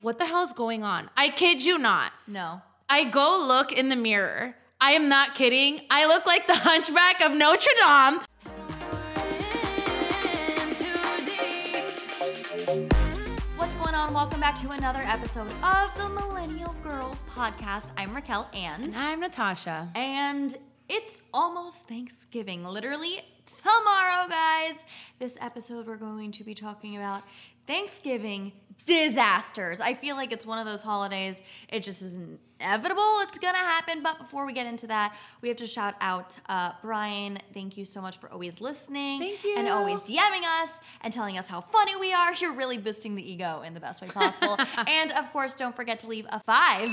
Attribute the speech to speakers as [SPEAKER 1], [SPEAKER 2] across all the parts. [SPEAKER 1] what the hell's going on? I kid you not.
[SPEAKER 2] No.
[SPEAKER 1] I go look in the mirror. I am not kidding. I look like the hunchback of Notre Dame.
[SPEAKER 2] What's going on? Welcome back to another episode of the Millennial Girls Podcast. I'm Raquel and
[SPEAKER 1] And I'm Natasha.
[SPEAKER 2] and it's almost Thanksgiving, literally tomorrow, guys. This episode we're going to be talking about Thanksgiving disasters. I feel like it's one of those holidays, it just is inevitable, it's gonna happen. But before we get into that, we have to shout out uh, Brian. Thank you so much for always listening
[SPEAKER 1] Thank you.
[SPEAKER 2] and always DMing us and telling us how funny we are. You're really boosting the ego in the best way possible. and of course, don't forget to leave a five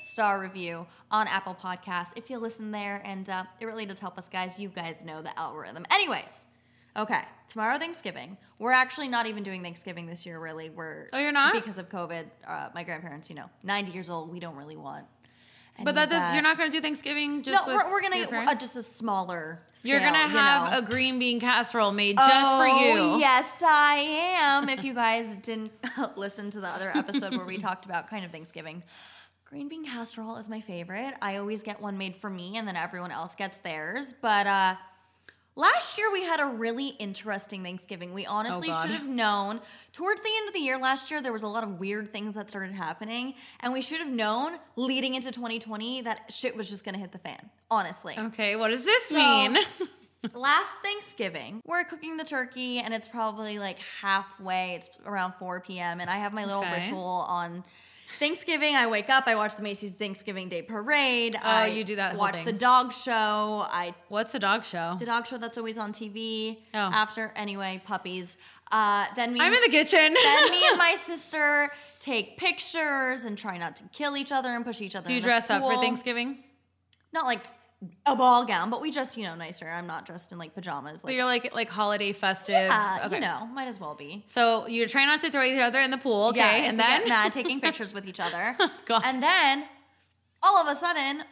[SPEAKER 2] star review on Apple Podcasts if you listen there. And uh, it really does help us, guys. You guys know the algorithm. Anyways, okay, tomorrow Thanksgiving. We're actually not even doing Thanksgiving this year, really. We're
[SPEAKER 1] Oh, you're not?
[SPEAKER 2] because of COVID. Uh, my grandparents, you know, 90 years old. We don't really want. any
[SPEAKER 1] But that
[SPEAKER 2] of
[SPEAKER 1] does you're not gonna do Thanksgiving just
[SPEAKER 2] no,
[SPEAKER 1] with
[SPEAKER 2] we're, we're gonna
[SPEAKER 1] your
[SPEAKER 2] get
[SPEAKER 1] parents?
[SPEAKER 2] uh, just a smaller. Scale,
[SPEAKER 1] You're gonna
[SPEAKER 2] you
[SPEAKER 1] have
[SPEAKER 2] know?
[SPEAKER 1] a green bean casserole made just for
[SPEAKER 2] Oh,
[SPEAKER 1] you.
[SPEAKER 2] Yes, I am. if you guys didn't listen to the other episode where we talked about kind of Thanksgiving, green bean casserole is my favorite. I always get one made for me, and then everyone else gets theirs. But uh, last year we had a really interesting Thanksgiving. We honestly
[SPEAKER 1] Oh, God.
[SPEAKER 2] should have known towards the end of the year last year there was a lot of weird things that started happening, and we should have known leading into 2020 that shit was just gonna hit the fan. Honestly.
[SPEAKER 1] Okay, what does this
[SPEAKER 2] So-
[SPEAKER 1] mean?
[SPEAKER 2] Last Thanksgiving, we're cooking the turkey, and it's probably like halfway. It's around 4 p.m., and I have my little
[SPEAKER 1] Okay.
[SPEAKER 2] ritual on Thanksgiving. I wake up, I watch the Macy's Thanksgiving Day Parade. Oh, I
[SPEAKER 1] you do that whole
[SPEAKER 2] Watch
[SPEAKER 1] thing.
[SPEAKER 2] the dog show. I
[SPEAKER 1] What's a dog show?
[SPEAKER 2] the dog show that's always on TV.
[SPEAKER 1] Oh.
[SPEAKER 2] After anyway, puppies. Uh, then we
[SPEAKER 1] I'm in the kitchen.
[SPEAKER 2] then me and my sister take pictures and try not to kill each other and push each other.
[SPEAKER 1] Do you
[SPEAKER 2] in the
[SPEAKER 1] dress up for
[SPEAKER 2] pool
[SPEAKER 1] Thanksgiving?
[SPEAKER 2] not like a ball gown, but we dress, you know, nicer. I'm not dressed in like pajamas.
[SPEAKER 1] But
[SPEAKER 2] Like,
[SPEAKER 1] you're like like holiday festive.
[SPEAKER 2] yeah,
[SPEAKER 1] okay.
[SPEAKER 2] Uh, you know, might as well be.
[SPEAKER 1] So you're trying not to throw each other in the pool, okay?
[SPEAKER 2] Yeah, if
[SPEAKER 1] and
[SPEAKER 2] we get
[SPEAKER 1] then Oh,
[SPEAKER 2] mad, taking pictures with each other,
[SPEAKER 1] God.
[SPEAKER 2] and then all of a sudden,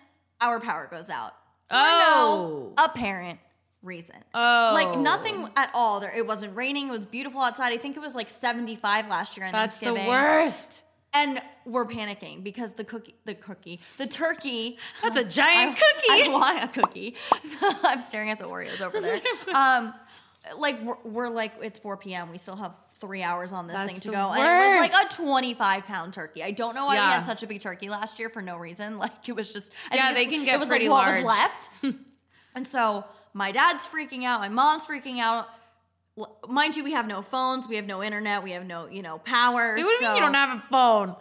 [SPEAKER 2] our power goes out. For
[SPEAKER 1] Oh.
[SPEAKER 2] no apparent reason.
[SPEAKER 1] Oh.
[SPEAKER 2] like nothing at all. There, it wasn't raining. It was beautiful outside. I think it was like 75 last year on
[SPEAKER 1] That's the
[SPEAKER 2] Thanksgiving.
[SPEAKER 1] worst.
[SPEAKER 2] And we're panicking because the cookie, the cookie, the turkey
[SPEAKER 1] That's a giant
[SPEAKER 2] I-
[SPEAKER 1] cookie.
[SPEAKER 2] I want a cookie. I'm staring at the Oreos over there. Um, like we're, we're like it's 4 p.m. We still have three hours on this
[SPEAKER 1] That's
[SPEAKER 2] thing to
[SPEAKER 1] the
[SPEAKER 2] go, and it was
[SPEAKER 1] worst.
[SPEAKER 2] like a 25 pound turkey. I don't know why we
[SPEAKER 1] Yeah.
[SPEAKER 2] had such a big turkey last year for no reason. Like it was just I
[SPEAKER 1] Yeah,
[SPEAKER 2] think it's-
[SPEAKER 1] they can get
[SPEAKER 2] it was
[SPEAKER 1] pretty
[SPEAKER 2] like
[SPEAKER 1] large.
[SPEAKER 2] what was left. and so my dad's freaking out. My mom's freaking out. L- Mind you, we have no phones, we have no internet, we have no you know power.
[SPEAKER 1] What do you mean
[SPEAKER 2] so- Oh,
[SPEAKER 1] you don't have a phone?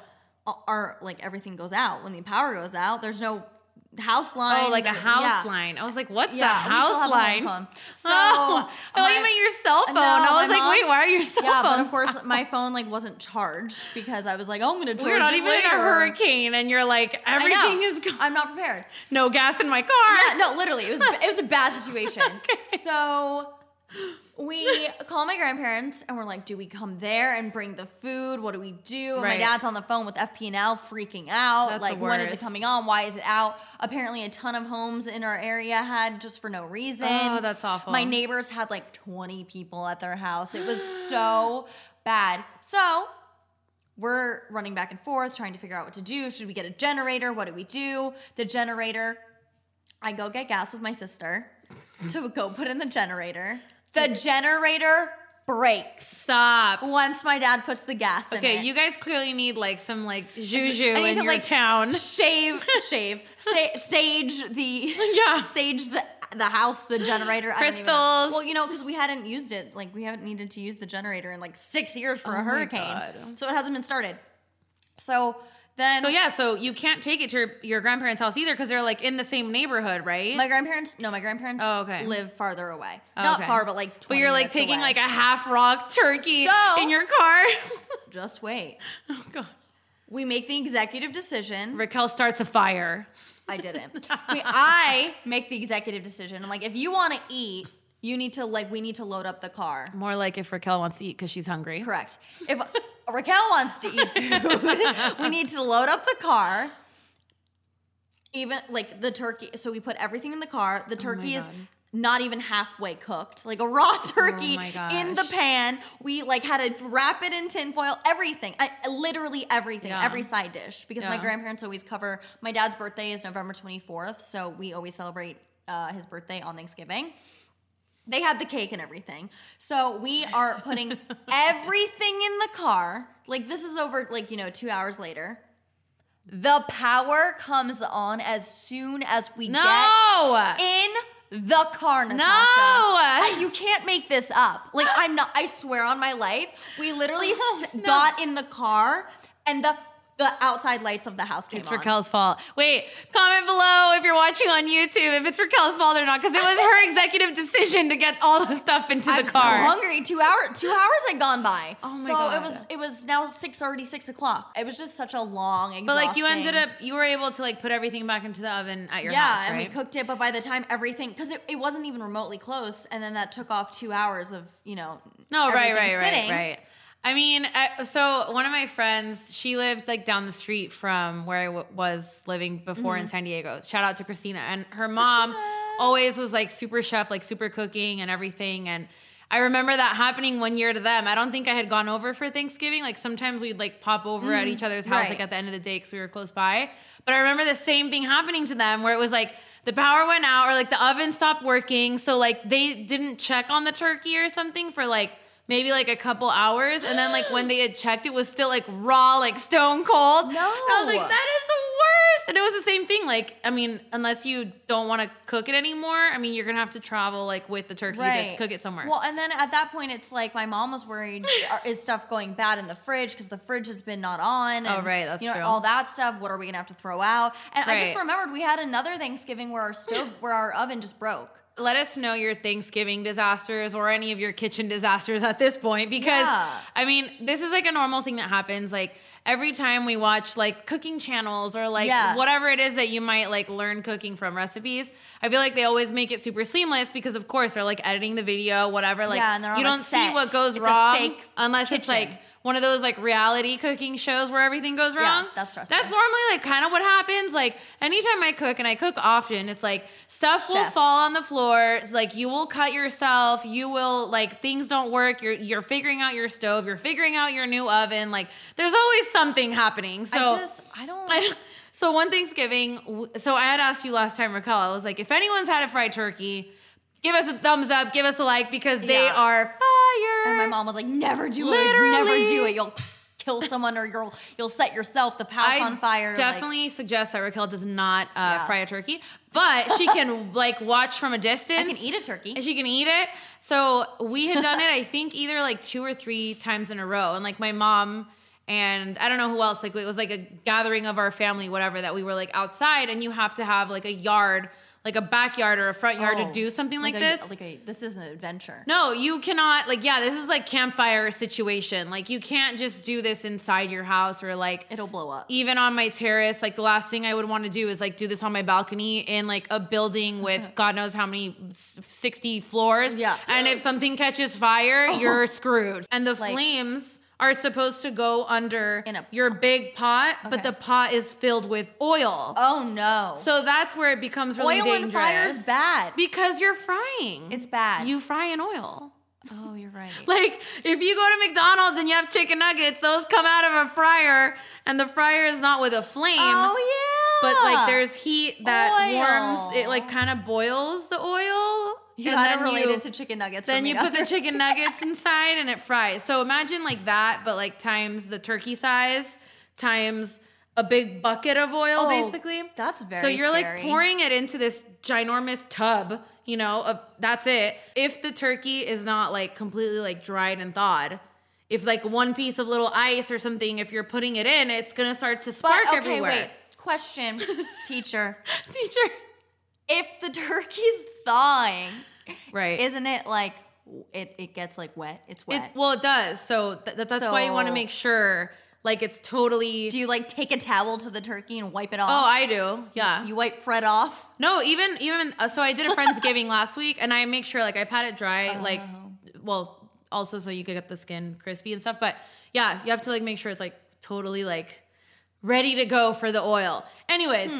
[SPEAKER 2] all- our like everything goes out when the power goes out. There's no house line.
[SPEAKER 1] Oh, like a
[SPEAKER 2] There-
[SPEAKER 1] house
[SPEAKER 2] yeah.
[SPEAKER 1] line. I was like, what's
[SPEAKER 2] Yeah,
[SPEAKER 1] a
[SPEAKER 2] we still
[SPEAKER 1] house
[SPEAKER 2] have a home
[SPEAKER 1] line?
[SPEAKER 2] phone. So
[SPEAKER 1] oh,
[SPEAKER 2] uh,
[SPEAKER 1] I thought
[SPEAKER 2] my-
[SPEAKER 1] you meant your cell
[SPEAKER 2] No,
[SPEAKER 1] phone. I was
[SPEAKER 2] my
[SPEAKER 1] like, wait,
[SPEAKER 2] mom's-
[SPEAKER 1] why are your cell
[SPEAKER 2] yeah,
[SPEAKER 1] phones?
[SPEAKER 2] but of course my phone like wasn't charged because I was like, oh, I'm gonna charge.
[SPEAKER 1] we're not
[SPEAKER 2] it
[SPEAKER 1] even
[SPEAKER 2] later.
[SPEAKER 1] in a hurricane, and you're like,
[SPEAKER 2] I know.
[SPEAKER 1] everything is gone.
[SPEAKER 2] I'm not prepared.
[SPEAKER 1] No gas in my car.
[SPEAKER 2] Yeah, no, literally, it was it was a bad situation. So we call my grandparents and we're like, do we come there and bring the food? What do we do? And My
[SPEAKER 1] Right.
[SPEAKER 2] dad's on the phone with FPNL freaking out.
[SPEAKER 1] That's the
[SPEAKER 2] like, when is it
[SPEAKER 1] worst.
[SPEAKER 2] coming on? Why is it out? Apparently, a ton of homes in our area had just for no reason.
[SPEAKER 1] Oh, that's awful.
[SPEAKER 2] My neighbors had like 20 people at their house. It was so bad. So we're running back and forth trying to figure out what to do. Should we get a generator? What do we do? The generator, I go get gas with my sister to go put in the generator. The generator breaks
[SPEAKER 1] Stop.
[SPEAKER 2] once my dad puts the gas in
[SPEAKER 1] Okay,
[SPEAKER 2] it.
[SPEAKER 1] you guys clearly need like some like juju
[SPEAKER 2] I need
[SPEAKER 1] in
[SPEAKER 2] to,
[SPEAKER 1] your
[SPEAKER 2] like,
[SPEAKER 1] town.
[SPEAKER 2] shave, shave, sa- sage the
[SPEAKER 1] Yeah.
[SPEAKER 2] sage the the house, the generator, I don't even know.
[SPEAKER 1] Crystals.
[SPEAKER 2] Well, you know, because we hadn't used it, like we haven't needed to use the generator in like six years for
[SPEAKER 1] Oh my
[SPEAKER 2] a hurricane,
[SPEAKER 1] God.
[SPEAKER 2] so it hasn't been started. So then,
[SPEAKER 1] So yeah, so you can't take it to your, your grandparents' house either because they're like in the same neighborhood, right?
[SPEAKER 2] My grandparents, no, my grandparents
[SPEAKER 1] Oh, okay. Oh,
[SPEAKER 2] live farther away. Not
[SPEAKER 1] Okay.
[SPEAKER 2] far, but like 20
[SPEAKER 1] but you're like
[SPEAKER 2] minutes
[SPEAKER 1] taking
[SPEAKER 2] away.
[SPEAKER 1] like a half rock turkey
[SPEAKER 2] So-
[SPEAKER 1] in your car.
[SPEAKER 2] Just wait.
[SPEAKER 1] oh god.
[SPEAKER 2] We make the executive decision.
[SPEAKER 1] Raquel starts a fire.
[SPEAKER 2] I didn't. We, I make the executive decision. I'm like, if you want to eat, you need to like, we need to load up the car.
[SPEAKER 1] More like if Raquel wants to eat because she's hungry.
[SPEAKER 2] Correct. If Raquel wants to eat food, we need to load up the car. Even like the turkey, so we put everything in the car. The turkey is
[SPEAKER 1] Oh God.
[SPEAKER 2] not even halfway cooked, like a raw turkey
[SPEAKER 1] my
[SPEAKER 2] in the
[SPEAKER 1] gosh.
[SPEAKER 2] pan. We like had to wrap it in tinfoil, everything, I, literally everything,
[SPEAKER 1] Yeah.
[SPEAKER 2] every side dish. Because my
[SPEAKER 1] Yeah.
[SPEAKER 2] grandparents always cover. My dad's birthday is November twenty fourth, so we always celebrate uh, his birthday on Thanksgiving. They had the cake and everything. So we are putting everything in the car. Like this is over like, you know, 2 hours later. The power comes on as soon as we
[SPEAKER 1] No.
[SPEAKER 2] get in the car, Natasha.
[SPEAKER 1] No.
[SPEAKER 2] I- you can't make this up. Like I'm not I swear on my life, we literally s-
[SPEAKER 1] No.
[SPEAKER 2] got in the car and the the outside lights of the house came
[SPEAKER 1] It's
[SPEAKER 2] on.
[SPEAKER 1] Raquel's fault. Wait, comment below if you're watching on YouTube if it's Raquel's fault or not, because it was her executive decision to get all the stuff into
[SPEAKER 2] I'm
[SPEAKER 1] the car.
[SPEAKER 2] so hungry. Two hours. Two hours had gone by.
[SPEAKER 1] Oh my
[SPEAKER 2] so
[SPEAKER 1] God.
[SPEAKER 2] it was. It was now six already six o'clock. It was just such a long. Exhausting,
[SPEAKER 1] But like you ended up, you were able to like put everything back into the oven at your
[SPEAKER 2] Yeah,
[SPEAKER 1] house,
[SPEAKER 2] and
[SPEAKER 1] right?
[SPEAKER 2] we cooked it, but by the time everything, because it, it wasn't even remotely close, and then that took off two hours of you know.
[SPEAKER 1] No, right, right,
[SPEAKER 2] everything
[SPEAKER 1] right,
[SPEAKER 2] sitting.
[SPEAKER 1] right. I mean, I, so one of my friends, she lived like down the street from where I w- was living before in San Diego. Shout out to Christina. And her mom
[SPEAKER 2] Mm-hmm. Christina.
[SPEAKER 1] always was like super chef, like super cooking and everything. And I remember that happening one year to them. I don't think I had gone over for Thanksgiving. Like sometimes we'd like pop over at each other's house,
[SPEAKER 2] Mm, right.
[SPEAKER 1] like at the end of the day, because we were close by. But I remember the same thing happening to them where it was like, the power went out, or like the oven stopped working, so like they didn't check on the turkey or something for like maybe like a couple hours, and then like when they had checked, it was still like raw, like stone cold. And I was
[SPEAKER 2] No.
[SPEAKER 1] like, that is the worst. And it was the same thing. Like, I mean, unless you don't want to cook it anymore, I mean, you're gonna have to travel like with the turkey to cook it somewhere.
[SPEAKER 2] Well, and then at that point, it's like my mom was worried: are- is stuff going bad in the fridge because the fridge has been not on?
[SPEAKER 1] Oh,
[SPEAKER 2] and,
[SPEAKER 1] right, that's
[SPEAKER 2] you know,
[SPEAKER 1] true.
[SPEAKER 2] All that stuff. What are we gonna have to throw out? And I just
[SPEAKER 1] Right.
[SPEAKER 2] remembered we had another Thanksgiving where our stove, where our oven just broke.
[SPEAKER 1] let us know your Thanksgiving disasters or any of your kitchen disasters at this point because
[SPEAKER 2] Yeah.
[SPEAKER 1] I mean, this is like a normal thing that happens like every time we watch like cooking channels or like
[SPEAKER 2] Yeah.
[SPEAKER 1] whatever it is that you might like learn cooking from recipes. I feel like they always make it super seamless because of course they're like editing the video, whatever, like
[SPEAKER 2] Yeah, and they're on
[SPEAKER 1] you
[SPEAKER 2] a
[SPEAKER 1] don't see
[SPEAKER 2] set.
[SPEAKER 1] what goes
[SPEAKER 2] It's a
[SPEAKER 1] wrong
[SPEAKER 2] fake
[SPEAKER 1] unless it's
[SPEAKER 2] kitchen.
[SPEAKER 1] like one of those like reality cooking shows where everything goes wrong.
[SPEAKER 2] that's stressful.
[SPEAKER 1] That's normally like kind of what happens. Like anytime I cook and I cook often, it's like stuff will
[SPEAKER 2] Chef.
[SPEAKER 1] fall on the floor. It's like you will cut yourself. You will like things don't work. You're you're figuring out your stove. You're figuring out your new oven. Like there's always something happening. So
[SPEAKER 2] I just, I don't.
[SPEAKER 1] I don't- so one Thanksgiving, w- so I had asked you last time, Raquel. I was like, if anyone's had a fried turkey, give us a thumbs up, give us a like because they
[SPEAKER 2] Yeah.
[SPEAKER 1] are fire.
[SPEAKER 2] And my mom was like, "Never do
[SPEAKER 1] Literally.
[SPEAKER 2] it. Never do it. You'll kill someone, or you'll you'll set yourself the house on fire." like-
[SPEAKER 1] Definitely suggest that Raquel does not uh,
[SPEAKER 2] Yeah.
[SPEAKER 1] fry a turkey, but she can like watch from a distance.
[SPEAKER 2] I can eat a turkey.
[SPEAKER 1] And she can eat it. So we had done it, I think, either like two or three times in a row. And like my mom and I don't know who else, like it was like a gathering of our family, whatever, that we were like outside, and you have to have like a yard, like a backyard or a front yard to
[SPEAKER 2] Oh,
[SPEAKER 1] do something like,
[SPEAKER 2] a-
[SPEAKER 1] this.
[SPEAKER 2] Like a, this is an adventure.
[SPEAKER 1] No, you cannot. Like, yeah, this is like campfire situation. Like, you can't just do this inside your house or like
[SPEAKER 2] It'll blow up.
[SPEAKER 1] even on my terrace. Like, the last thing I would want to do is like do this on my balcony in like a building with God knows how many s- sixty floors.
[SPEAKER 2] Yeah.
[SPEAKER 1] and if something catches fire, you're screwed. And the
[SPEAKER 2] Like-
[SPEAKER 1] flames are supposed to go under
[SPEAKER 2] In a
[SPEAKER 1] your big pot, but
[SPEAKER 2] Okay.
[SPEAKER 1] the pot is filled with oil.
[SPEAKER 2] Oh no.
[SPEAKER 1] So that's where it becomes really
[SPEAKER 2] Oil and
[SPEAKER 1] dangerous.
[SPEAKER 2] fire is bad.
[SPEAKER 1] because you're frying.
[SPEAKER 2] It's bad.
[SPEAKER 1] You fry in oil.
[SPEAKER 2] oh, you're right.
[SPEAKER 1] Like if you go to McDonald's and you have chicken nuggets, those come out of a fryer, and the fryer is not with a flame,
[SPEAKER 2] oh yeah.
[SPEAKER 1] but like there's heat that
[SPEAKER 2] Oil.
[SPEAKER 1] warms it, like kind of boils the oil.
[SPEAKER 2] you
[SPEAKER 1] and
[SPEAKER 2] gotta
[SPEAKER 1] then
[SPEAKER 2] relate
[SPEAKER 1] you-
[SPEAKER 2] it to chicken nuggets. for
[SPEAKER 1] Then
[SPEAKER 2] me
[SPEAKER 1] you
[SPEAKER 2] to
[SPEAKER 1] put the chicken
[SPEAKER 2] understand.
[SPEAKER 1] nuggets inside and it fries. So imagine like that, but like times the turkey size times a big bucket of oil,
[SPEAKER 2] Oh,
[SPEAKER 1] basically.
[SPEAKER 2] that's very.
[SPEAKER 1] So you're
[SPEAKER 2] scary.
[SPEAKER 1] like pouring it into this ginormous tub, you know, of, that's it. If the turkey is not like completely like dried and thawed, if like one piece of little ice or something, if you're putting it in, it's gonna start to
[SPEAKER 2] But
[SPEAKER 1] spark
[SPEAKER 2] okay,
[SPEAKER 1] everywhere.
[SPEAKER 2] wait. Question, teacher.
[SPEAKER 1] Teacher.
[SPEAKER 2] If the turkey's thawing,
[SPEAKER 1] Right.
[SPEAKER 2] isn't it like w- it, it gets like wet? It's
[SPEAKER 1] it,
[SPEAKER 2] wet.
[SPEAKER 1] well, it does. So th- th- that's why you wanna
[SPEAKER 2] So-
[SPEAKER 1] make sure like it's totally.
[SPEAKER 2] Do you like take a towel to the turkey and wipe it off?
[SPEAKER 1] oh, I do. Yeah.
[SPEAKER 2] You wipe Fred off.
[SPEAKER 1] No, even even uh, so, I did a friendsgiving last week, and I make sure like I pat it dry, like
[SPEAKER 2] Oh.
[SPEAKER 1] well, also so you could get the skin crispy and stuff. But yeah, you have to like make sure it's like totally like ready to go for the oil. Anyways,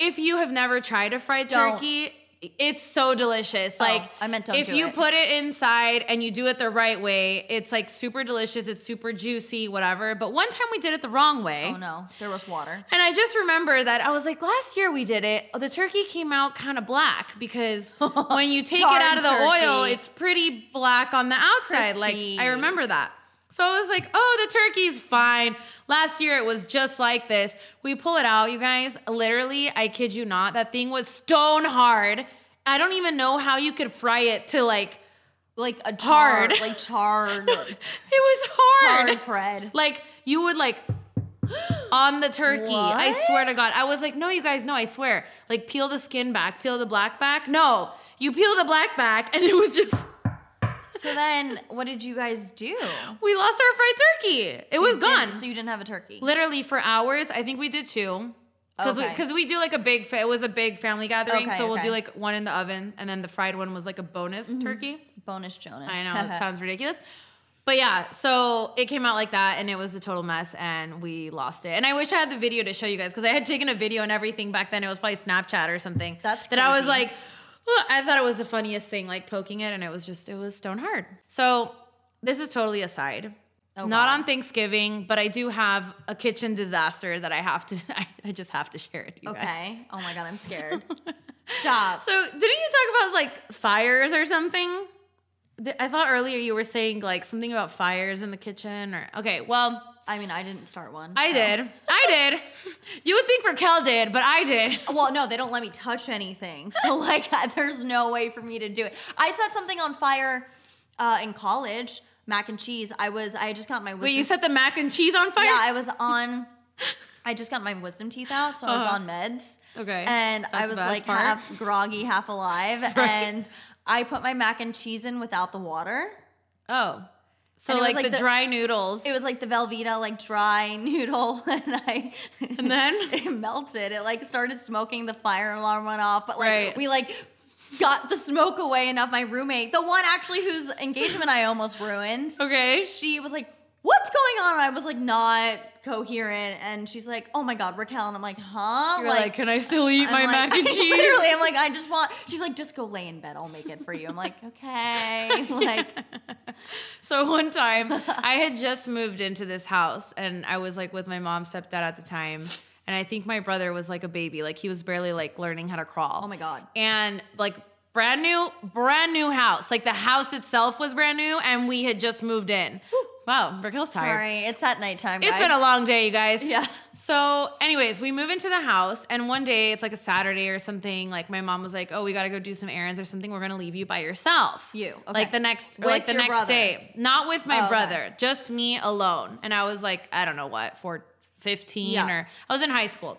[SPEAKER 1] if you have never tried a fried
[SPEAKER 2] Hmm. Don't.
[SPEAKER 1] turkey, it's so delicious.
[SPEAKER 2] Oh,
[SPEAKER 1] Like
[SPEAKER 2] I meant don't
[SPEAKER 1] if
[SPEAKER 2] do
[SPEAKER 1] you
[SPEAKER 2] it.
[SPEAKER 1] put it inside and you do it the right way, it's like super delicious. It's super juicy, whatever. But one time we did it the wrong way.
[SPEAKER 2] Oh no, there was water.
[SPEAKER 1] And I just remember that I was like, last year we did it. The turkey came out kind of black because when you take it
[SPEAKER 2] Charred
[SPEAKER 1] out of the
[SPEAKER 2] turkey.
[SPEAKER 1] oil, it's pretty black on the outside.
[SPEAKER 2] Crispy.
[SPEAKER 1] Like I remember that. So I was like, oh, the turkey's fine. Last year it was just like this. We pull it out, you guys. Literally, I kid you not, that thing was stone hard. I don't even know how you could fry it to like
[SPEAKER 2] Like a
[SPEAKER 1] Hard.
[SPEAKER 2] charred, like charred,
[SPEAKER 1] it was hard.
[SPEAKER 2] charred Fred.
[SPEAKER 1] Like you would like on the turkey. I
[SPEAKER 2] What?
[SPEAKER 1] swear to God. I was like, no, you guys, no, I swear. Like peel the skin back, peel the black back. No, you peel the black back, and it was just
[SPEAKER 2] So then, what did you guys do?
[SPEAKER 1] we lost our fried turkey. It was
[SPEAKER 2] You didn't-
[SPEAKER 1] gone.
[SPEAKER 2] So you didn't have a turkey.
[SPEAKER 1] Literally for hours. I think we did two. Because
[SPEAKER 2] Okay.
[SPEAKER 1] we, 'cause we do like a big, fa- it was a big family gathering.
[SPEAKER 2] Okay,
[SPEAKER 1] so we'll
[SPEAKER 2] okay. Mm-hmm.
[SPEAKER 1] do like one in the oven and then the fried one was like a bonus turkey.
[SPEAKER 2] Bonus Jonas.
[SPEAKER 1] I know it sounds ridiculous. But yeah, so it came out like that and it was a total mess and we lost it. And I wish I had the video to show you guys because I had taken a video and everything back then. It was probably Snapchat or something.
[SPEAKER 2] That's
[SPEAKER 1] That I was
[SPEAKER 2] crazy.
[SPEAKER 1] like, "Ugh," I thought it was the funniest thing, like poking it and it was just, it was stone hard. So this is totally aside.
[SPEAKER 2] Oh,
[SPEAKER 1] Not
[SPEAKER 2] God.
[SPEAKER 1] on Thanksgiving, but I do have a kitchen disaster that I have to, I, I just have to share it, you guys.
[SPEAKER 2] okay. Oh my god, I'm scared. Stop.
[SPEAKER 1] So didn't you talk about like fires or something? Th- I thought earlier you were saying like something about fires in the kitchen or okay, well,
[SPEAKER 2] I mean, I didn't start one.
[SPEAKER 1] I
[SPEAKER 2] so-
[SPEAKER 1] did. I did. You would think Raquel did, but I did.
[SPEAKER 2] Well, no, they don't let me touch anything. So like, there's no way for me to do it. I set something on fire uh, in college. Mac and cheese. I was. I just got my.
[SPEAKER 1] Wait,
[SPEAKER 2] wisdom-
[SPEAKER 1] you set the mac and cheese on fire?
[SPEAKER 2] Yeah, I was on. I just got my wisdom teeth out, so I was
[SPEAKER 1] Uh-huh.
[SPEAKER 2] on meds.
[SPEAKER 1] Okay.
[SPEAKER 2] And
[SPEAKER 1] That's
[SPEAKER 2] I
[SPEAKER 1] the
[SPEAKER 2] was
[SPEAKER 1] best
[SPEAKER 2] like
[SPEAKER 1] part.
[SPEAKER 2] half groggy, half alive, and I put my mac and cheese in without the water.
[SPEAKER 1] oh. So
[SPEAKER 2] And it was
[SPEAKER 1] like,
[SPEAKER 2] like
[SPEAKER 1] the,
[SPEAKER 2] the-
[SPEAKER 1] dry noodles.
[SPEAKER 2] It was like the Velveeta, like dry noodle, and I
[SPEAKER 1] and then
[SPEAKER 2] it melted. It like started smoking. The fire alarm went off, but like
[SPEAKER 1] Right.
[SPEAKER 2] we like got the smoke away enough. My roommate, the one actually whose engagement I almost ruined,
[SPEAKER 1] Okay.
[SPEAKER 2] she was like, "What's going on?" And I was like, not coherent, and she's like, "Oh my god, Raquel," and I'm like, "Huh?"
[SPEAKER 1] You're like, can I still eat
[SPEAKER 2] I'm
[SPEAKER 1] my
[SPEAKER 2] like-
[SPEAKER 1] mac and
[SPEAKER 2] I
[SPEAKER 1] cheese?
[SPEAKER 2] Literally, I'm like, I just want. She's like, just go lay in bed. I'll make it for you. I'm like, okay. Like,
[SPEAKER 1] So one time, I had just moved into this house, and I was like with my mom, stepdad at the time, and I think my brother was like a baby, like he was barely like learning how to crawl.
[SPEAKER 2] oh my god.
[SPEAKER 1] And like brand new, brand new house, like the house itself was brand new, and we had just moved in. Wow, Raquel's tired.
[SPEAKER 2] Sorry, it's at nighttime.
[SPEAKER 1] It's
[SPEAKER 2] guys.
[SPEAKER 1] been a long day, you guys.
[SPEAKER 2] Yeah.
[SPEAKER 1] So, anyways, we move into the house, and one day it's like a Saturday or something. Like my mom was like, "Oh, we gotta go do some errands or something. We're gonna leave you by yourself.
[SPEAKER 2] You, okay.
[SPEAKER 1] like the next, or like
[SPEAKER 2] With
[SPEAKER 1] the
[SPEAKER 2] your
[SPEAKER 1] next
[SPEAKER 2] brother.
[SPEAKER 1] day, not with
[SPEAKER 2] Oh,
[SPEAKER 1] my
[SPEAKER 2] okay.
[SPEAKER 1] brother, just me alone." And I was like, I don't know what, four, fifteen,
[SPEAKER 2] Yeah.
[SPEAKER 1] or I was in high school.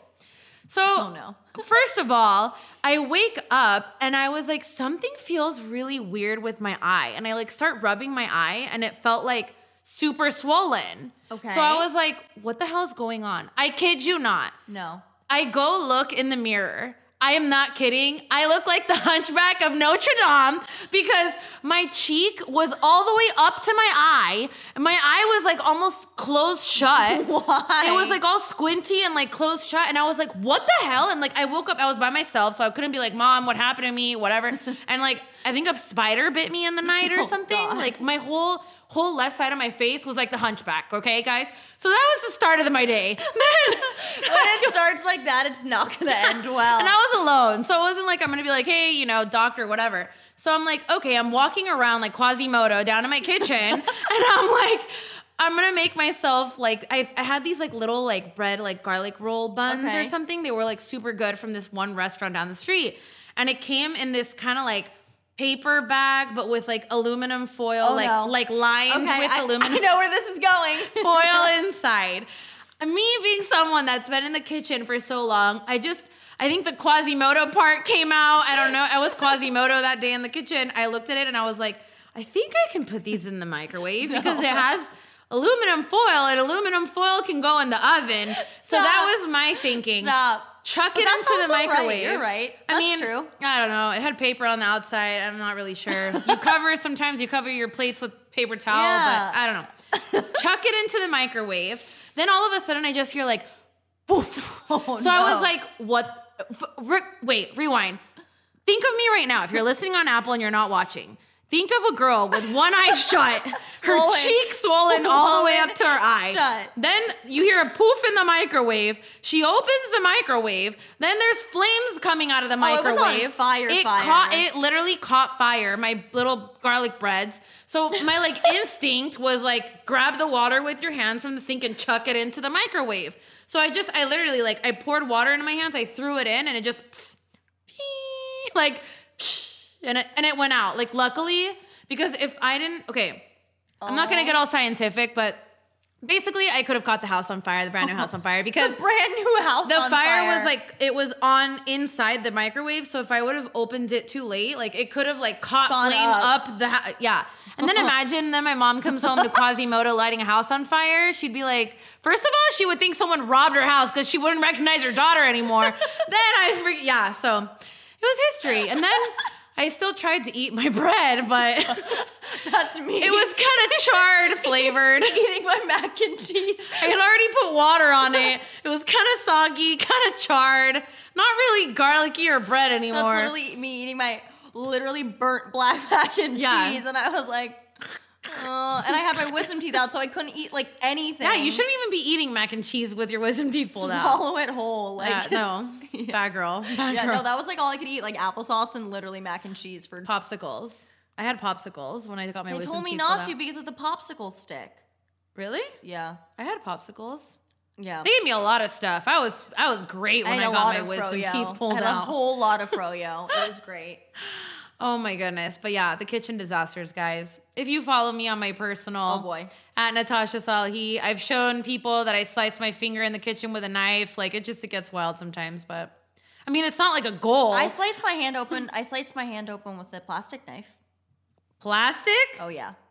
[SPEAKER 1] So,
[SPEAKER 2] Oh no.
[SPEAKER 1] First of all, I wake up and I was like, something feels really weird with my eye. And I like start rubbing my eye and it felt like super swollen.
[SPEAKER 2] Okay.
[SPEAKER 1] So I was like, what the hell's going on? I kid you not.
[SPEAKER 2] No.
[SPEAKER 1] I go look in the mirror. I am not kidding. I look like the hunchback of Notre Dame because my cheek was all the way up to my eye. And my eye was like almost closed shut.
[SPEAKER 2] Why?
[SPEAKER 1] It was like all squinty and like closed shut. And I was like, what the hell? And like I woke up, I was by myself, so I couldn't be like, Mom, what happened to me? Whatever. and like I think a spider bit me in the night or
[SPEAKER 2] Oh,
[SPEAKER 1] something.
[SPEAKER 2] God.
[SPEAKER 1] Like my whole whole left side of my face was like the hunchback, okay, guys? So that was the start of my day. Then
[SPEAKER 2] when it starts like that, it's not gonna end well.
[SPEAKER 1] and I was alone. So it wasn't like I'm gonna be like, hey, you know, doctor, whatever. So I'm like, okay, I'm walking around like Quasimodo down in my kitchen, and I'm like, I'm gonna make myself like I, I had these like little like bread like garlic roll buns or
[SPEAKER 2] Okay.
[SPEAKER 1] something. They were like super good from this one restaurant down the street, and it came in this kind of like paper bag, but with like aluminum foil,
[SPEAKER 2] Oh,
[SPEAKER 1] like
[SPEAKER 2] no.
[SPEAKER 1] like lined
[SPEAKER 2] okay,
[SPEAKER 1] with
[SPEAKER 2] I,
[SPEAKER 1] aluminum
[SPEAKER 2] I know where this is going.
[SPEAKER 1] foil inside. Me being someone that's been in the kitchen for so long, I just I think the Quasimodo part came out. I don't know. I was Quasimodo that day in the kitchen. I looked at it and I was like, I think I can put these in the microwave because it has aluminum foil and aluminum foil can go in the oven. So that
[SPEAKER 2] Stop.
[SPEAKER 1] was my thinking.
[SPEAKER 2] Stop.
[SPEAKER 1] Chuck it
[SPEAKER 2] that's
[SPEAKER 1] into the
[SPEAKER 2] also right.
[SPEAKER 1] microwave.
[SPEAKER 2] You're right.
[SPEAKER 1] I
[SPEAKER 2] That's
[SPEAKER 1] mean,
[SPEAKER 2] true.
[SPEAKER 1] I don't know. It had paper on the outside. I'm not really sure. You cover sometimes you cover your plates with paper towel,
[SPEAKER 2] Yeah.
[SPEAKER 1] but I don't know. Chuck it into the microwave. Then all of a sudden, I just hear like,
[SPEAKER 2] Poof. Oh,
[SPEAKER 1] so I was
[SPEAKER 2] no.
[SPEAKER 1] like, what? F- re- wait, rewind. Think of me right now. If you're listening on Apple and you're not watching, think of a girl with one eye shut, her
[SPEAKER 2] Swollen.
[SPEAKER 1] cheek swollen, all the way
[SPEAKER 2] Swollen
[SPEAKER 1] up to her eye.
[SPEAKER 2] shut.
[SPEAKER 1] Then you hear a poof in the microwave. She opens the microwave. Then there's flames coming out of the
[SPEAKER 2] Oh, it was on
[SPEAKER 1] microwave.
[SPEAKER 2] fire,
[SPEAKER 1] It
[SPEAKER 2] fire.
[SPEAKER 1] caught. It literally caught fire. My little garlic breads. So my like instinct was like grab the water with your hands from the sink and chuck it into the microwave. So I just I literally like I poured water into my hands. I threw it in and it just pee, like and it, and it went out. Like luckily because if I didn't okay, I'm not gonna get all scientific, but basically I could have caught the house on fire, the brand new house on fire
[SPEAKER 2] The
[SPEAKER 1] because
[SPEAKER 2] brand new house.
[SPEAKER 1] the
[SPEAKER 2] on
[SPEAKER 1] fire, was like it was on inside the microwave so if i would have opened it too late like it could have like caught
[SPEAKER 2] Gone
[SPEAKER 1] flame
[SPEAKER 2] up.
[SPEAKER 1] up, the ha- yeah and then imagine then my mom comes home to quasimodo lighting a house on fire she'd be like first of all she would think someone robbed her house because she wouldn't recognize her daughter anymore then i freak yeah so it was history and then i still tried to eat my bread but
[SPEAKER 2] that's me.
[SPEAKER 1] it was kind of charred flavored
[SPEAKER 2] eating my mac and cheese.
[SPEAKER 1] I had already put water on it. It was kind of soggy, kind of charred, not really garlicky or bread anymore.
[SPEAKER 2] That's literally me eating my literally burnt black mac and
[SPEAKER 1] Yeah.
[SPEAKER 2] cheese, and I was like, oh, and I had my wisdom teeth out, so I couldn't eat like anything.
[SPEAKER 1] yeah, you shouldn't even be eating mac and cheese with your wisdom teeth pulled out.
[SPEAKER 2] swallow it whole. Like
[SPEAKER 1] Yeah, no,
[SPEAKER 2] it's- yeah.
[SPEAKER 1] bad girl. Bad
[SPEAKER 2] Yeah,
[SPEAKER 1] girl.
[SPEAKER 2] no, that was like all I could eat, like applesauce and literally mac and cheese for.
[SPEAKER 1] popsicles. I had popsicles when I got my.
[SPEAKER 2] they
[SPEAKER 1] wisdom
[SPEAKER 2] told me
[SPEAKER 1] teeth
[SPEAKER 2] not
[SPEAKER 1] pulled
[SPEAKER 2] to
[SPEAKER 1] out.
[SPEAKER 2] because of the popsicle stick.
[SPEAKER 1] Really?
[SPEAKER 2] Yeah,
[SPEAKER 1] I had popsicles.
[SPEAKER 2] yeah.
[SPEAKER 1] They gave me a lot of stuff. I was I was great when I, got my wisdom teeth pulled
[SPEAKER 2] I had a
[SPEAKER 1] out.
[SPEAKER 2] whole lot of froyo. It was great.
[SPEAKER 1] Oh my goodness. But yeah, the kitchen disasters, guys. If you follow me on my personal
[SPEAKER 2] Oh, boy.
[SPEAKER 1] at Natasha Salhi, I've shown people that I slice my finger in the kitchen with a knife. Like it just it gets wild sometimes, but I mean it's not like a goal.
[SPEAKER 2] I sliced my hand open. I sliced my hand open with a plastic knife.
[SPEAKER 1] Plastic?
[SPEAKER 2] Oh yeah.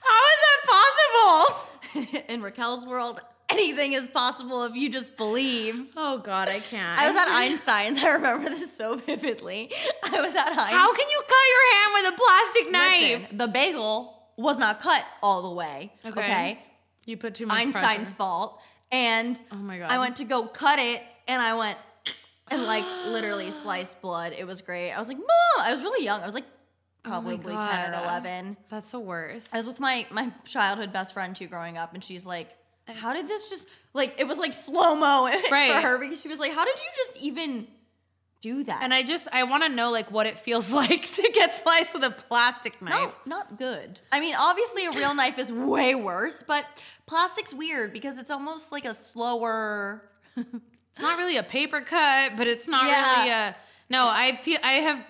[SPEAKER 1] How is that possible?
[SPEAKER 2] In Raquel's world, anything is possible if you just believe.
[SPEAKER 1] Oh god, I can't.
[SPEAKER 2] I was at Einstein's. I remember this so vividly. I was at Einstein's.
[SPEAKER 1] How can you cut your hand with a plastic knife?
[SPEAKER 2] Listen, the bagel was not cut all the way. Okay.
[SPEAKER 1] Okay. You put too much
[SPEAKER 2] Einstein's
[SPEAKER 1] pressure.
[SPEAKER 2] fault. And
[SPEAKER 1] Oh my God.
[SPEAKER 2] I went to go cut it and I went and like literally sliced blood. It was great. I was like, Mom, I was really young. I was like probably 10 or
[SPEAKER 1] Oh God.
[SPEAKER 2] 11.
[SPEAKER 1] That's the worst.
[SPEAKER 2] I was with my my childhood best friend too growing up, and she's like, "How did this just like it was like slow mo
[SPEAKER 1] Right.
[SPEAKER 2] for her because she was like, how did you just even do that?
[SPEAKER 1] and I just I want to know like what it feels like to get sliced with a plastic knife.
[SPEAKER 2] no, not good. I mean, obviously a real knife is way worse, but plastic's weird because it's almost like a slower.
[SPEAKER 1] it's not really a paper cut, but it's not
[SPEAKER 2] Yeah.
[SPEAKER 1] really a no. I pe- I have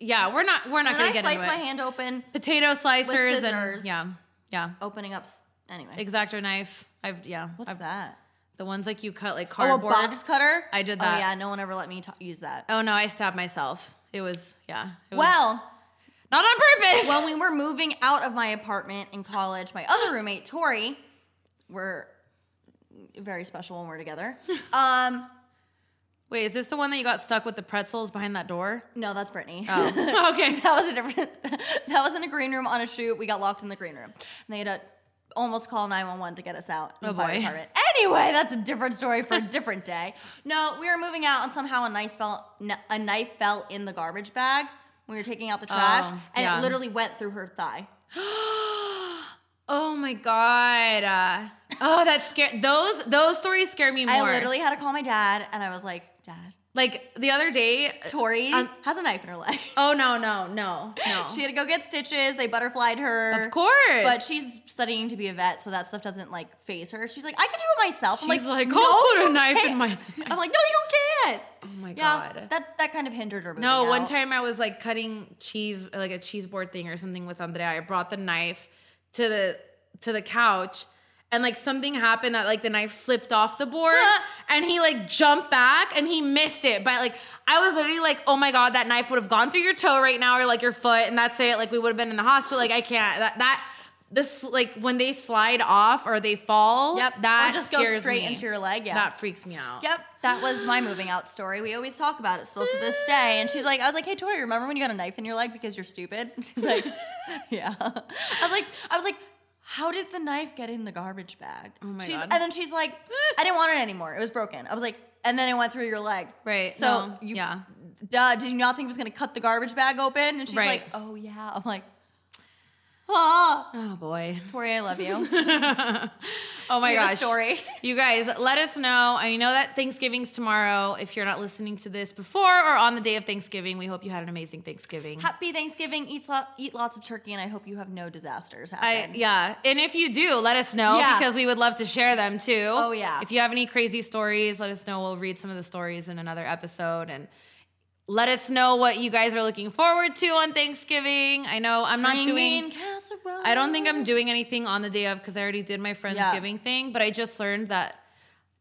[SPEAKER 1] yeah. We're not we're not
[SPEAKER 2] And
[SPEAKER 1] gonna
[SPEAKER 2] I
[SPEAKER 1] get
[SPEAKER 2] sliced
[SPEAKER 1] into
[SPEAKER 2] my
[SPEAKER 1] it.
[SPEAKER 2] hand open,
[SPEAKER 1] Potato slicers and
[SPEAKER 2] scissors.
[SPEAKER 1] yeah yeah
[SPEAKER 2] opening up. s- Anyway,
[SPEAKER 1] exacto knife. I've yeah
[SPEAKER 2] what's
[SPEAKER 1] I've,
[SPEAKER 2] that?
[SPEAKER 1] the ones like you cut like
[SPEAKER 2] Oh, a
[SPEAKER 1] cardboard.
[SPEAKER 2] box cutter.
[SPEAKER 1] I did
[SPEAKER 2] Oh
[SPEAKER 1] that.
[SPEAKER 2] yeah, no one ever let me t- use that.
[SPEAKER 1] Oh no, I stabbed myself. It was yeah. It was
[SPEAKER 2] Well,
[SPEAKER 1] not on purpose.
[SPEAKER 2] when we were moving out of my apartment in college, my other roommate, Tori, we're very special when we're together. Um,
[SPEAKER 1] Wait, is this the one that you got stuck with the pretzels behind that door?
[SPEAKER 2] no, that's Brittany.
[SPEAKER 1] Oh, okay.
[SPEAKER 2] that was a different that was in a green room on a shoot. We got locked in the green room. And they had to almost call 911 to get us out in
[SPEAKER 1] Oh,
[SPEAKER 2] the fire
[SPEAKER 1] boy.
[SPEAKER 2] department. Anyway, that's a different story for a different day. No, we were moving out and somehow a knife fell n- a knife fell in the garbage bag. when We were taking out the trash
[SPEAKER 1] Oh,
[SPEAKER 2] and
[SPEAKER 1] yeah.
[SPEAKER 2] it literally went through her thigh.
[SPEAKER 1] Oh my god. Uh, oh, that scared those those stories scare me more.
[SPEAKER 2] I literally had to call my dad and I was like, "Dad,
[SPEAKER 1] like the other day.
[SPEAKER 2] Tori
[SPEAKER 1] Um,
[SPEAKER 2] has a knife in her leg.
[SPEAKER 1] Oh no no no no.
[SPEAKER 2] she had to go get stitches. They butterflied her.
[SPEAKER 1] Of course.
[SPEAKER 2] But she's studying to be a vet, so that stuff doesn't like phase her. She's like, I could do it myself. I'm
[SPEAKER 1] She's like,
[SPEAKER 2] "No,
[SPEAKER 1] I'll put a
[SPEAKER 2] you
[SPEAKER 1] knife in
[SPEAKER 2] can't."
[SPEAKER 1] my thigh.
[SPEAKER 2] I'm like, no, you can't. Oh
[SPEAKER 1] my God.
[SPEAKER 2] that that kind of hindered her.
[SPEAKER 1] No,
[SPEAKER 2] moving
[SPEAKER 1] one
[SPEAKER 2] out.
[SPEAKER 1] time I was like cutting cheese, like a cheese board thing or something with Andrea. I brought the knife to the to the couch, and like something happened that like the knife slipped off the board, and he like jumped back and he missed it. But like I was literally like, oh my god, that knife would have gone through your toe right now or like your foot, and that's it. Like we would have been in the hospital. Like I can't. That that this like when they slide off or they fall.
[SPEAKER 2] Yep.
[SPEAKER 1] That
[SPEAKER 2] or just go
[SPEAKER 1] scares
[SPEAKER 2] straight
[SPEAKER 1] me.
[SPEAKER 2] into your leg. Yeah.
[SPEAKER 1] That freaks me out.
[SPEAKER 2] Yep, that was my moving out story. We always talk about it still to this day. And she's like, I was like, hey Tori, remember when you got a knife in your leg because you're stupid? And she's like, yeah. I was like, I was like, how did the knife get in the garbage bag? Oh
[SPEAKER 1] my
[SPEAKER 2] she's,
[SPEAKER 1] God.
[SPEAKER 2] And then she's like, I didn't want it anymore. It was broken. I was like, and then it went through your leg.
[SPEAKER 1] Right.
[SPEAKER 2] So
[SPEAKER 1] No.
[SPEAKER 2] you,
[SPEAKER 1] Yeah.
[SPEAKER 2] duh, did you not think it was going to cut the garbage bag open? And she's
[SPEAKER 1] Right.
[SPEAKER 2] like, oh yeah. I'm like, ah,
[SPEAKER 1] Oh boy.
[SPEAKER 2] Tori, I love you.
[SPEAKER 1] Oh my
[SPEAKER 2] Hear the
[SPEAKER 1] gosh.
[SPEAKER 2] story.
[SPEAKER 1] You guys, let us know. I know that Thanksgiving's tomorrow. If you're not listening to this before or on the day of Thanksgiving, we hope you had an amazing Thanksgiving.
[SPEAKER 2] Happy Thanksgiving. Eat, lo- eat lots of turkey, and I hope you have no disasters
[SPEAKER 1] I,
[SPEAKER 2] happen.
[SPEAKER 1] yeah, and if you do, let us know
[SPEAKER 2] Yeah.
[SPEAKER 1] because we would love to share them too. Oh
[SPEAKER 2] yeah.
[SPEAKER 1] If you have any crazy stories, let us know. We'll read some of the stories in another episode and let us know what you guys are looking forward to on Thanksgiving. I know I'm not doing
[SPEAKER 2] Green casserole.
[SPEAKER 1] I don't think I'm doing anything on the day of because I already did my friend's
[SPEAKER 2] Yeah.
[SPEAKER 1] giving thing, but I just learned that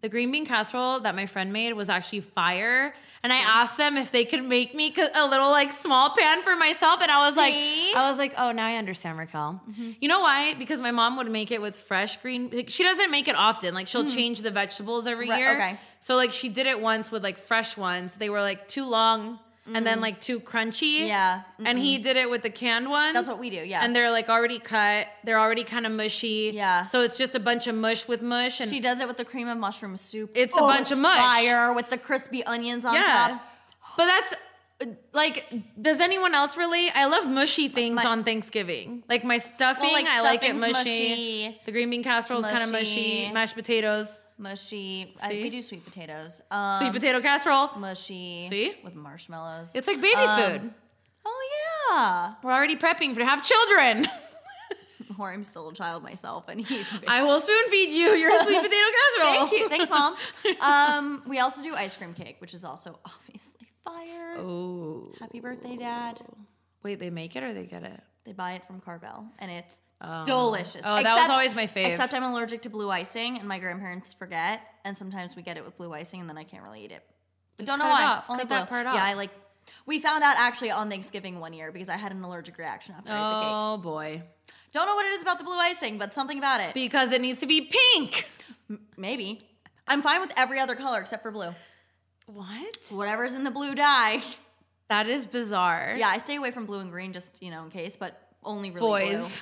[SPEAKER 1] the green bean casserole that my friend made was actually fire. And I asked them if they could make me c- a little like small pan for myself. And I was
[SPEAKER 2] See? Mm-hmm.
[SPEAKER 1] like, I was like, oh, now I understand, Raquel. You know why? Because my mom would make it with fresh green. like, she doesn't make it often. Like she'll change the vegetables every
[SPEAKER 2] Mm-hmm. Right,
[SPEAKER 1] year.
[SPEAKER 2] okay.
[SPEAKER 1] So like she did it once with like fresh ones. They were like too long and then like too crunchy.
[SPEAKER 2] Mm. Yeah.
[SPEAKER 1] And he did it with the canned ones.
[SPEAKER 2] That's what we do, yeah.
[SPEAKER 1] And they're like already cut. They're already kind of mushy.
[SPEAKER 2] Yeah.
[SPEAKER 1] So it's just a bunch of mush with mush, and
[SPEAKER 2] She does it with the cream of mushroom soup. Oh,
[SPEAKER 1] It's a bunch of mush.
[SPEAKER 2] Fire with the crispy onions on
[SPEAKER 1] yeah.
[SPEAKER 2] top.
[SPEAKER 1] But that's uh, like, does anyone else relate? I love mushy things
[SPEAKER 2] My-
[SPEAKER 1] on Thanksgiving. Like my stuffing,
[SPEAKER 2] Oh, like,
[SPEAKER 1] I like it mushy.
[SPEAKER 2] stuffing's mushy.
[SPEAKER 1] The green bean casserole is kind of mushy.
[SPEAKER 2] Mushy.
[SPEAKER 1] Mashed potatoes,
[SPEAKER 2] Mushy. I,
[SPEAKER 1] See?
[SPEAKER 2] we do sweet potatoes. Um,
[SPEAKER 1] sweet potato casserole.
[SPEAKER 2] Mushy.
[SPEAKER 1] See?
[SPEAKER 2] With marshmallows.
[SPEAKER 1] It's like baby
[SPEAKER 2] Um,
[SPEAKER 1] food.
[SPEAKER 2] Oh
[SPEAKER 1] We're already prepping for to have children.
[SPEAKER 2] yeah. Or I'm still a child myself, and he's.
[SPEAKER 1] I will spoon feed you your sweet potato casserole.
[SPEAKER 2] Thank you. Thanks, mom. um, we also do ice cream cake, which is also obviously fire.
[SPEAKER 1] Oh.
[SPEAKER 2] Happy birthday, dad.
[SPEAKER 1] Wait, they make it or they get it?
[SPEAKER 2] They buy it from Carvel, and it's delicious.
[SPEAKER 1] Oh, that was always my fave.
[SPEAKER 2] Except I'm allergic to blue icing, and my grandparents forget, and sometimes we get it with blue icing, and then I can't really eat it. But
[SPEAKER 1] Just
[SPEAKER 2] don't know
[SPEAKER 1] cut it
[SPEAKER 2] why.
[SPEAKER 1] off.
[SPEAKER 2] Only
[SPEAKER 1] Cut that
[SPEAKER 2] blue.
[SPEAKER 1] part
[SPEAKER 2] Yeah,
[SPEAKER 1] off.
[SPEAKER 2] I like. We found out actually on Thanksgiving one year because I had an allergic reaction after I ate the cake.
[SPEAKER 1] Oh boy.
[SPEAKER 2] Don't know what it is about the blue icing, but something about it.
[SPEAKER 1] Because it needs to be pink.
[SPEAKER 2] Maybe. I'm fine with every other color except for blue.
[SPEAKER 1] What?
[SPEAKER 2] Whatever's in the blue dye.
[SPEAKER 1] That is bizarre.
[SPEAKER 2] Yeah, I stay away from blue and green just, you know, in case, but only really
[SPEAKER 1] Boys.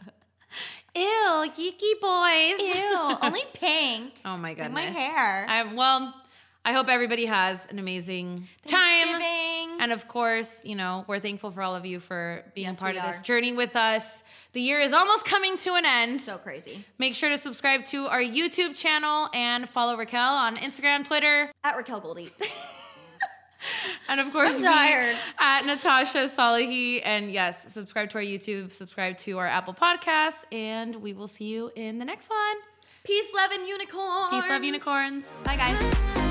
[SPEAKER 1] Ew, geeky boys.
[SPEAKER 2] blue. Ew, only pink.
[SPEAKER 1] Oh my goodness.
[SPEAKER 2] Like my hair.
[SPEAKER 1] I, well, I hope everybody has an amazing time.
[SPEAKER 2] Thanksgiving.
[SPEAKER 1] And of course, you know, we're thankful for all of you for being
[SPEAKER 2] Yes,
[SPEAKER 1] a part
[SPEAKER 2] we
[SPEAKER 1] of this
[SPEAKER 2] are.
[SPEAKER 1] journey with us. The year is almost coming to an end.
[SPEAKER 2] so crazy.
[SPEAKER 1] Make sure to subscribe to our YouTube channel and follow Raquel on Instagram, Twitter,
[SPEAKER 2] At Raquel Goldie.
[SPEAKER 1] And of course,
[SPEAKER 2] I'm
[SPEAKER 1] me
[SPEAKER 2] tired.
[SPEAKER 1] at Natasha Salahi. And yes, subscribe to our YouTube, subscribe to our Apple Podcasts, and we will see you in the next one.
[SPEAKER 2] Peace, love, and unicorns.
[SPEAKER 1] Peace, love, unicorns.
[SPEAKER 2] Bye, guys.